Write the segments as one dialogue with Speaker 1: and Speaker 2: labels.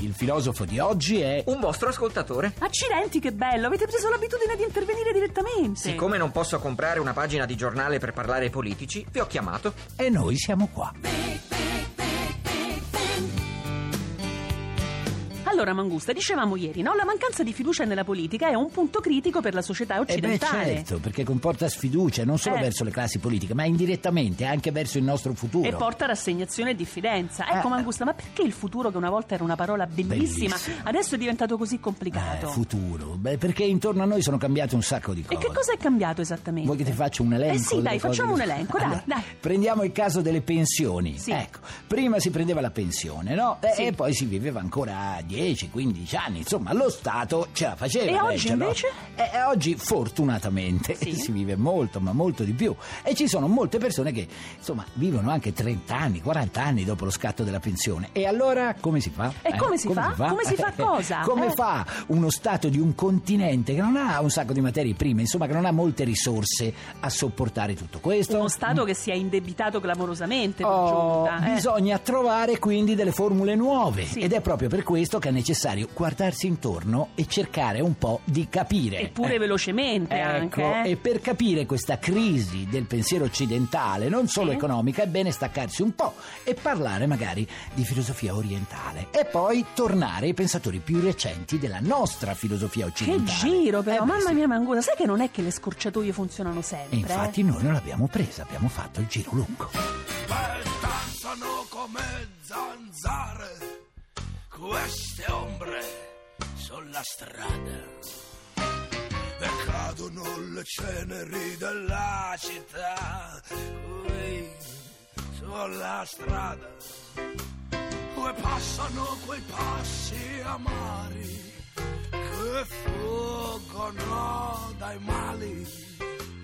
Speaker 1: Il filosofo di oggi è...
Speaker 2: Un vostro ascoltatore.
Speaker 3: Accidenti che bello, avete preso l'abitudine di intervenire direttamente
Speaker 2: Siccome non posso comprare una pagina di giornale per parlare ai politici, vi ho chiamato.
Speaker 1: e noi siamo qua.
Speaker 3: Allora Mangusta, dicevamo ieri, no? La mancanza di fiducia nella politica è un punto critico per la società
Speaker 1: E Eh beh,
Speaker 3: occidentale
Speaker 1: certo, perché comporta sfiducia non solo
Speaker 3: Eh.
Speaker 1: verso le classi politiche, ma indirettamente anche verso il nostro futuro.
Speaker 3: E porta rassegnazione e diffidenza. Ecco,
Speaker 1: Eh.
Speaker 3: Mangusta, ma perché il futuro, che una volta era una parola bellissima,
Speaker 1: Bellissima.
Speaker 3: adesso è diventato così
Speaker 1: Eh,
Speaker 3: complicato?
Speaker 1: futuro. Beh, perché intorno a noi sono cambiate un sacco di
Speaker 3: e
Speaker 1: cose.
Speaker 3: che cosa è cambiato esattamente?
Speaker 1: Vuoi che ti faccia un elenco?
Speaker 3: Eh sì,
Speaker 1: delle
Speaker 3: dai,
Speaker 1: cose
Speaker 3: facciamo
Speaker 1: che-
Speaker 3: un elenco, dai,
Speaker 1: Allora,
Speaker 3: dai.
Speaker 1: Prendiamo il caso delle pensioni.
Speaker 3: Sì.
Speaker 1: Ecco, prima si prendeva la pensione, no? E,
Speaker 3: Sì.
Speaker 1: e poi si viveva ancora 10-15 anni. Insomma, lo Stato ce la faceva.
Speaker 3: E
Speaker 1: dai,
Speaker 3: oggi
Speaker 1: ce l'ho.
Speaker 3: invece?
Speaker 1: E, e oggi, fortunatamente,
Speaker 3: Sì.
Speaker 1: si vive molto, ma molto di più. E ci sono molte persone che, insomma, vivono anche 30 anni, 40 anni dopo lo scatto della pensione. E allora come si fa?
Speaker 3: E come si fa? Come si fa cosa?
Speaker 1: Come
Speaker 3: Eh.
Speaker 1: fa uno Stato di un continente che non ha un sacco di materie prime, insomma, che non ha molte risorse a sopportare tutto questo?
Speaker 3: Uno Stato che si è indebitato clamorosamente per
Speaker 1: Oh,
Speaker 3: giunta. eh.
Speaker 1: bisogna trovare quindi delle formule nuove
Speaker 3: Sì.
Speaker 1: ed è proprio per questo che è necessario guardarsi intorno e cercare un po' di capire.
Speaker 3: Eppure
Speaker 1: Eh.
Speaker 3: velocemente
Speaker 1: Ecco,
Speaker 3: anche. eh.
Speaker 1: e per capire questa crisi del pensiero occidentale, non solo
Speaker 3: Sì.
Speaker 1: economica, è bene staccarsi un po' e parlare magari di filosofia orientale e poi tornare ai pensatori più recenti della nostra filosofia
Speaker 3: Che
Speaker 1: occidentale.
Speaker 3: giro però,
Speaker 1: Eh, beh,
Speaker 3: mamma
Speaker 1: sì.
Speaker 3: mia Mangusta, sai che non è che le scorciatoie funzionano
Speaker 1: E
Speaker 3: sempre? eh?
Speaker 1: infatti noi non l'abbiamo presa, abbiamo fatto il giro lungo.
Speaker 4: danzano come zanzare queste ombre sulla strada e cadono le ceneri della città qui sulla strada e passano quei passi amari che fuggono dai mali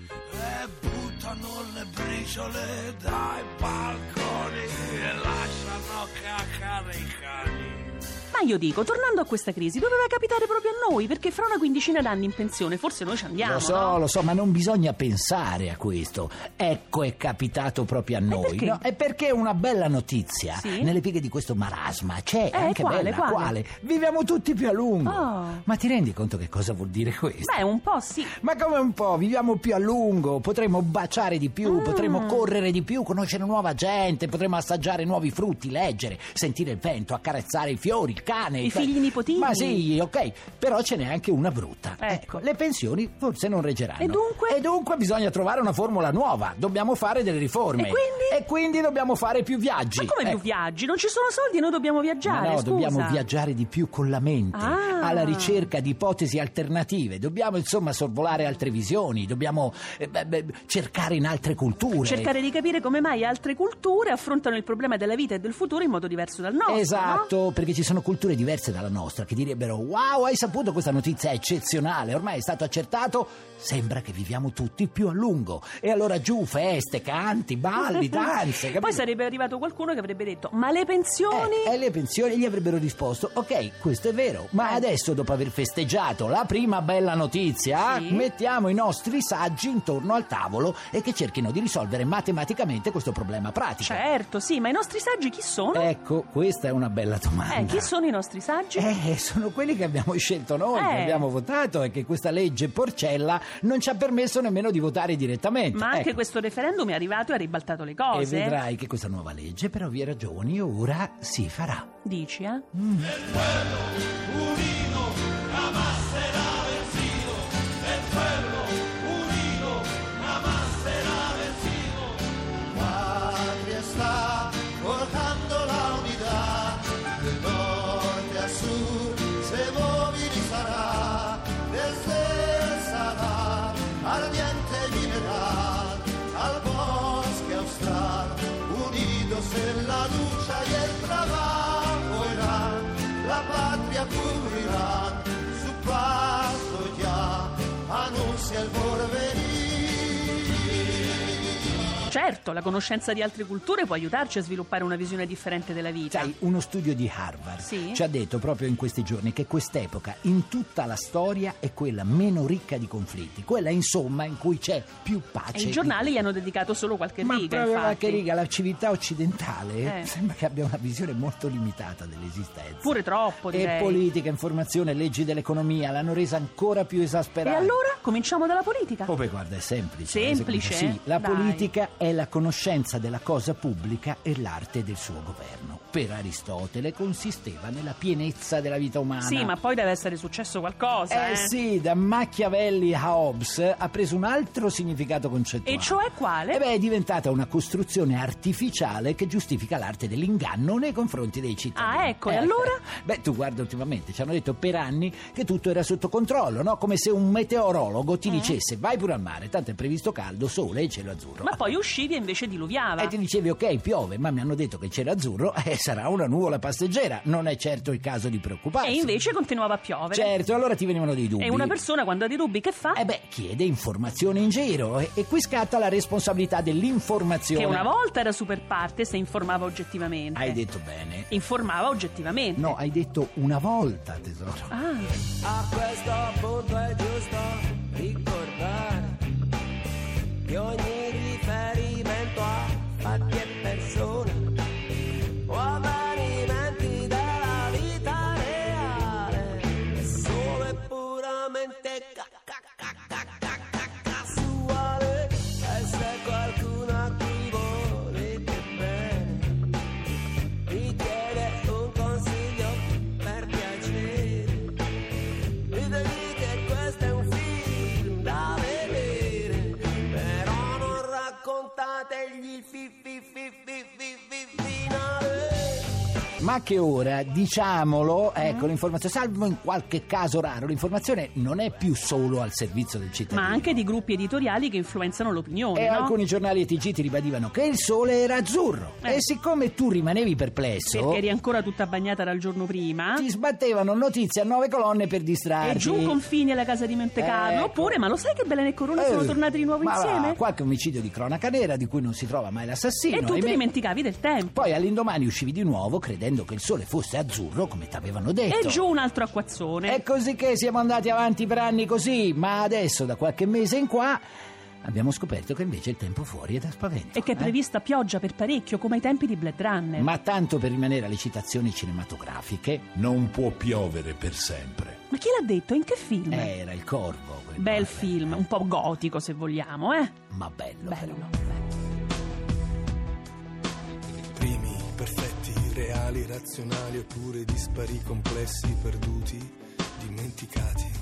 Speaker 4: e buttano le briciole dai balconi e lasciano cacare i cani.
Speaker 3: Eh. Ma io dico, tornando a questa crisi, doveva capitare proprio a noi, perché fra una quindicina d'anni in pensione forse noi ci andiamo.
Speaker 1: Lo so,
Speaker 3: no?
Speaker 1: lo so, ma non bisogna pensare a questo. Ecco è capitato proprio a noi.
Speaker 3: perché?
Speaker 1: È perché una bella notizia.
Speaker 3: Sì?
Speaker 1: Nelle pieghe di questo marasma c'è
Speaker 3: Eh,
Speaker 1: anche
Speaker 3: quale,
Speaker 1: bella.
Speaker 3: quale?
Speaker 1: Viviamo tutti più a lungo.
Speaker 3: Oh.
Speaker 1: Ma ti rendi conto che cosa vuol dire questo?
Speaker 3: Beh, un po' sì.
Speaker 1: Ma come un po', viviamo più a lungo, potremo baciare di più,
Speaker 3: Mm.
Speaker 1: potremo correre di più, conoscere nuova gente, potremo assaggiare nuovi frutti, leggere, sentire il vento, accarezzare i fiori, il cane.
Speaker 3: I
Speaker 1: il ca-
Speaker 3: figli nipotini.
Speaker 1: Ma sì, ok, però ce n'è anche una brutta.
Speaker 3: Ecco.
Speaker 1: le pensioni forse non reggeranno.
Speaker 3: E dunque?
Speaker 1: E dunque bisogna trovare una formula nuova, dobbiamo fare delle riforme.
Speaker 3: E quindi?
Speaker 1: E quindi dobbiamo fare più viaggi.
Speaker 3: Ma come
Speaker 1: Ecco.
Speaker 3: più viaggi? Non ci sono soldi e noi dobbiamo viaggiare,
Speaker 1: Ma no,
Speaker 3: scusa.
Speaker 1: dobbiamo viaggiare di più con la mente,
Speaker 3: Ah.
Speaker 1: alla ricerca di ipotesi alternative, dobbiamo insomma sorvolare altre visioni, dobbiamo eh, beh, beh, cercare in altre culture.
Speaker 3: Cercare di capire come mai altre culture affrontano il problema della vita e del futuro in modo diverso dal nostro. no?
Speaker 1: Esatto, perché ci sono culture diverse dalla nostra che direbbero wow, hai saputo questa notizia è eccezionale, ormai è stato accertato, sembra che viviamo tutti più a lungo. E allora giù, feste, canti, balli, Ah, danze.
Speaker 3: Poi
Speaker 1: capito?
Speaker 3: sarebbe arrivato qualcuno che avrebbe detto: Ma le pensioni?
Speaker 1: Eh, e le pensioni gli avrebbero risposto: Ok, questo è vero, ma
Speaker 3: Eh.
Speaker 1: adesso, dopo aver festeggiato la prima bella notizia,
Speaker 3: Sì.
Speaker 1: mettiamo i nostri saggi intorno al tavolo e che cerchino di risolvere matematicamente questo problema pratico.
Speaker 3: Certo, sì, ma i nostri saggi chi sono?
Speaker 1: Ecco, questa è una bella domanda.
Speaker 3: Eh, chi sono i nostri saggi?
Speaker 1: Eh, sono quelli che abbiamo scelto noi, che
Speaker 3: Eh.
Speaker 1: abbiamo votato e che questa legge porcella non ci ha permesso nemmeno di votare direttamente.
Speaker 3: Ma anche
Speaker 1: Ecco.
Speaker 3: questo referendum è arrivato e ha ribaltato le
Speaker 1: E
Speaker 3: cose.
Speaker 1: vedrai che questa nuova legge, per ovvie ragioni, ora si farà.
Speaker 3: Dici, eh?
Speaker 5: patria está forjando la unidad de norte a sur se movilizará desde el Sahara ardiente mineral al bosque austral Dios en la lucha y el trabajo irán, la patria cubrirá su paso ya, anuncia el porvenir.
Speaker 3: Certo, la conoscenza di altre culture può aiutarci a sviluppare una visione differente della vita.
Speaker 1: Sai, uno studio di Harvard
Speaker 3: Sì?
Speaker 1: ci ha detto proprio in questi giorni che quest'epoca in tutta la storia è quella meno ricca di conflitti, quella insomma in cui c'è più
Speaker 3: E
Speaker 1: pace.
Speaker 3: i giornali gli hanno dedicato solo qualche
Speaker 1: Ma
Speaker 3: riga,
Speaker 1: proprio
Speaker 3: infatti.
Speaker 1: qualche riga, la civiltà occidentale
Speaker 3: Eh.
Speaker 1: sembra che abbia una visione molto limitata dell'esistenza.
Speaker 3: Pure troppo,
Speaker 1: e
Speaker 3: direi.
Speaker 1: politica, informazione, leggi dell'economia l'hanno resa ancora più
Speaker 3: e
Speaker 1: esasperata.
Speaker 3: allora cominciamo dalla politica.
Speaker 1: Oh, beh, guarda, è semplice.
Speaker 3: Semplice?
Speaker 1: secondo me. Sì, la
Speaker 3: Dai.
Speaker 1: politica è la conoscenza della cosa pubblica e l'arte del suo governo. Per Aristotele consisteva nella pienezza della vita umana.
Speaker 3: Sì, ma poi deve essere successo qualcosa, eh.
Speaker 1: Ah, Eh sì, da Machiavelli a Hobbes ha preso un altro significato concettuale.
Speaker 3: E cioè quale?
Speaker 1: Eh beh, è diventata una costruzione artificiale che giustifica l'arte dell'inganno nei confronti dei cittadini. Eh,
Speaker 3: Ah, ecco, e allora?
Speaker 1: Beh, tu guarda ultimamente, ci hanno detto per anni che tutto era sotto controllo, no? Come se un meteorologo
Speaker 3: Eh?
Speaker 1: ti dicesse vai pure al mare, tanto è previsto caldo, sole e cielo azzurro. Ah,
Speaker 3: Ma poi uscivi e invece diluviava.
Speaker 1: E ti dicevi ok, piove, ma mi hanno detto che c'era azzurro e sarà una nuvola passeggera, non è certo il caso di preoccuparsi.
Speaker 3: E invece continuava a piovere.
Speaker 1: Certo, allora ti venivano dei dubbi.
Speaker 3: E una persona quando ha dei dubbi che fa?
Speaker 1: Eh beh, chiede informazioni in giro e, e qui scatta la responsabilità dell'informazione.
Speaker 3: che una volta era super parte se informava oggettivamente.
Speaker 1: Hai detto bene.
Speaker 3: Informava oggettivamente.
Speaker 1: No, hai detto una volta, tesoro.
Speaker 3: Ah,
Speaker 6: A questo punto è giusto ricordare che ogni riferimento a fatti e persone o avvenimenti della vita reale è solo e puramente ca- ca- ca- ca- ca- ca- casuale. E se qualcuno a cui volete bene vi chiede un consiglio per piacere Vedete che questo è un film da vedere, però non raccontategli il fi fi fi fi fi fi finale.
Speaker 1: Ma che ora, diciamolo,
Speaker 3: Ah.
Speaker 1: ecco l'informazione, salvo in qualche caso raro, l'informazione non è più solo al servizio del cittadino.
Speaker 3: ma anche di gruppi editoriali che influenzano l'opinione,
Speaker 1: E
Speaker 3: no?
Speaker 1: alcuni giornali e TG ti ribadivano che il sole era azzurro.
Speaker 3: Eh.
Speaker 1: E siccome tu rimanevi perplesso,
Speaker 3: Perché eri ancora tutta bagnata dal giorno prima.
Speaker 1: ti sbattevano notizie a nove colonne per
Speaker 3: E
Speaker 1: distrarti.
Speaker 3: giù confini alla casa di Montecarlo.
Speaker 1: Ecco.
Speaker 3: Oppure, ma lo sai che Belen e Corona sono
Speaker 1: Eh,
Speaker 3: tornati di nuovo
Speaker 1: ma va,
Speaker 3: insieme?
Speaker 1: qualche omicidio di cronaca nera di cui non si trova mai l'assassino.
Speaker 3: e tu ti
Speaker 1: ahimè.
Speaker 3: dimenticavi del tempo.
Speaker 1: Poi all'indomani uscivi di nuovo credendo che il sole fosse azzurro come t'avevano
Speaker 3: E
Speaker 1: detto.
Speaker 3: giù un altro acquazzone.
Speaker 1: È così che siamo andati avanti per anni così, ma adesso da qualche mese in qua abbiamo scoperto che invece il tempo fuori è da spavento.
Speaker 3: E che è
Speaker 1: eh?
Speaker 3: prevista pioggia per parecchio, come ai tempi di Blade Runner.
Speaker 1: Ma tanto per rimanere alle citazioni cinematografiche,
Speaker 4: Non può piovere per sempre.
Speaker 3: Ma chi l'ha detto? In che film?
Speaker 1: era il corvo. quel
Speaker 3: Bel
Speaker 1: mare.
Speaker 3: film, un po' gotico se vogliamo, eh?
Speaker 1: Ma bello. però.
Speaker 3: Bello.
Speaker 7: Primi, perfetti, reali, razionali oppure dispari, complessi, perduti, dimenticati.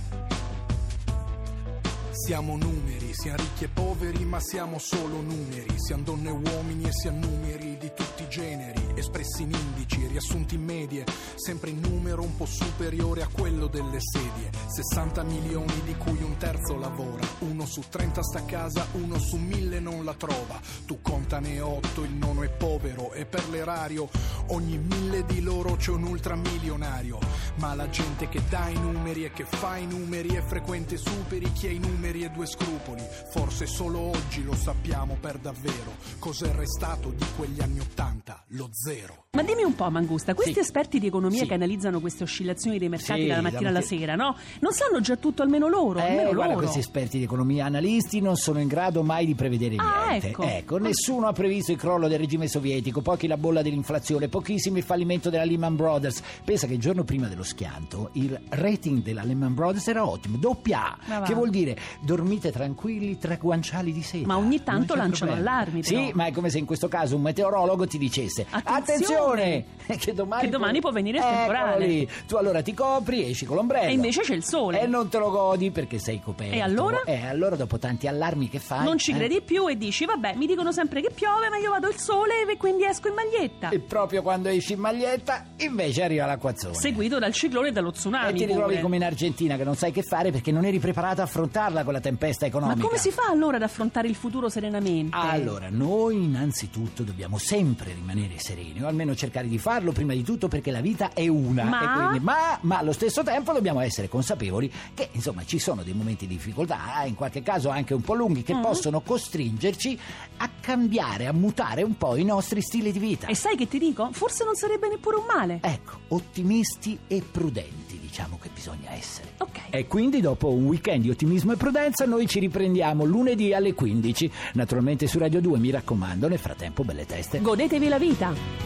Speaker 7: Siamo numeri, siamo ricchi e poveri, ma siamo solo numeri. Siamo donne e uomini e siamo numeri di tutti i generi, espressi in indici, riassunti in medie, sempre in numero un po' superiore a quello delle sedie. 60 milioni di cui un terzo lavora, uno su 30 sta a casa, uno su mille non la trova. Tu contane 8, il nono è povero e per l'erario ogni mille di loro c'è un ultramilionario. Ma la gente che dà i numeri e che fa i numeri è frequente superi chi ha i numeri e due scrupoli. Forse solo oggi lo sappiamo per davvero cos'è restato di quegli anni 80, lo zero.
Speaker 3: Ma dimmi un po', Mangusta, questi
Speaker 1: Sì.
Speaker 3: esperti di economia
Speaker 1: Sì.
Speaker 3: che analizzano queste oscillazioni dei mercati
Speaker 1: Sì,
Speaker 3: dalla mattina
Speaker 1: da
Speaker 3: alla
Speaker 1: mattina.
Speaker 3: sera, no? Non sanno già tutto, almeno loro,
Speaker 1: Eh,
Speaker 3: almeno
Speaker 1: guarda,
Speaker 3: loro.
Speaker 1: questi esperti di economia analisti non sono in grado mai di prevedere
Speaker 3: Ah,
Speaker 1: niente.
Speaker 3: ecco.
Speaker 1: nessuno ha previsto il crollo del regime sovietico, pochi la bolla dell'inflazione, pochissimi il fallimento della Lehman Brothers. Pensa che il giorno prima dello schianto il rating della Lehman Brothers era ottimo, doppia
Speaker 3: Ma
Speaker 1: A,
Speaker 3: va.
Speaker 1: che vuol dire dormite tranquilli tra guanciali di seta.
Speaker 3: Ma ogni tanto
Speaker 1: Non c'è
Speaker 3: lanciano
Speaker 1: problema.
Speaker 3: allarmi,
Speaker 1: Sì,
Speaker 3: però.
Speaker 1: ma è come se in questo caso un meteorologo ti dicesse
Speaker 3: Attenzione,
Speaker 1: Attenzione!
Speaker 3: Attenzione!
Speaker 1: Che domani,
Speaker 3: Che domani può venire il temporale.
Speaker 1: Eccolo lì. Tu allora ti copri, esci con l'ombrello.
Speaker 3: E invece c'è il sole.
Speaker 1: E non te lo godi perché sei coperto.
Speaker 3: E allora?
Speaker 1: E allora dopo tanti allarmi che fai?
Speaker 3: Non ci
Speaker 1: eh?
Speaker 3: credi più e dici, vabbè, mi dicono sempre che piove, ma io vado al sole e quindi esco in maglietta.
Speaker 1: E proprio quando esci in maglietta, invece arriva l'acquazzone.
Speaker 3: Seguito dal ciclone e dallo
Speaker 1: e
Speaker 3: tsunami.
Speaker 1: ti ritrovi
Speaker 3: pure.
Speaker 1: come in Argentina che non sai che fare perché non eri preparata a affrontarla quella tempesta
Speaker 3: Ma
Speaker 1: economica.
Speaker 3: come si fa allora ad affrontare il futuro serenamente?
Speaker 1: Allora, noi innanzitutto dobbiamo sempre rimanere sereni, o almeno cercare di farlo prima di tutto perché la vita è una.
Speaker 3: Ma?
Speaker 1: e quindi- ma, ma allo stesso tempo dobbiamo essere consapevoli che insomma ci sono dei momenti di difficoltà, eh, in qualche caso anche un po' lunghi, che possono costringerci a cambiare, a mutare un po' i nostri stili di vita.
Speaker 3: E sai che ti dico? Forse non sarebbe neppure un male.
Speaker 1: Ecco, ottimisti e prudenti diciamo che bisogna essere.
Speaker 3: Ok.
Speaker 1: E quindi dopo un weekend di ottimismo e prudenza noi ci riprendiamo lunedì alle 15, naturalmente su Radio 2, mi raccomando, nel frattempo belle teste.
Speaker 3: Godetevi la vita.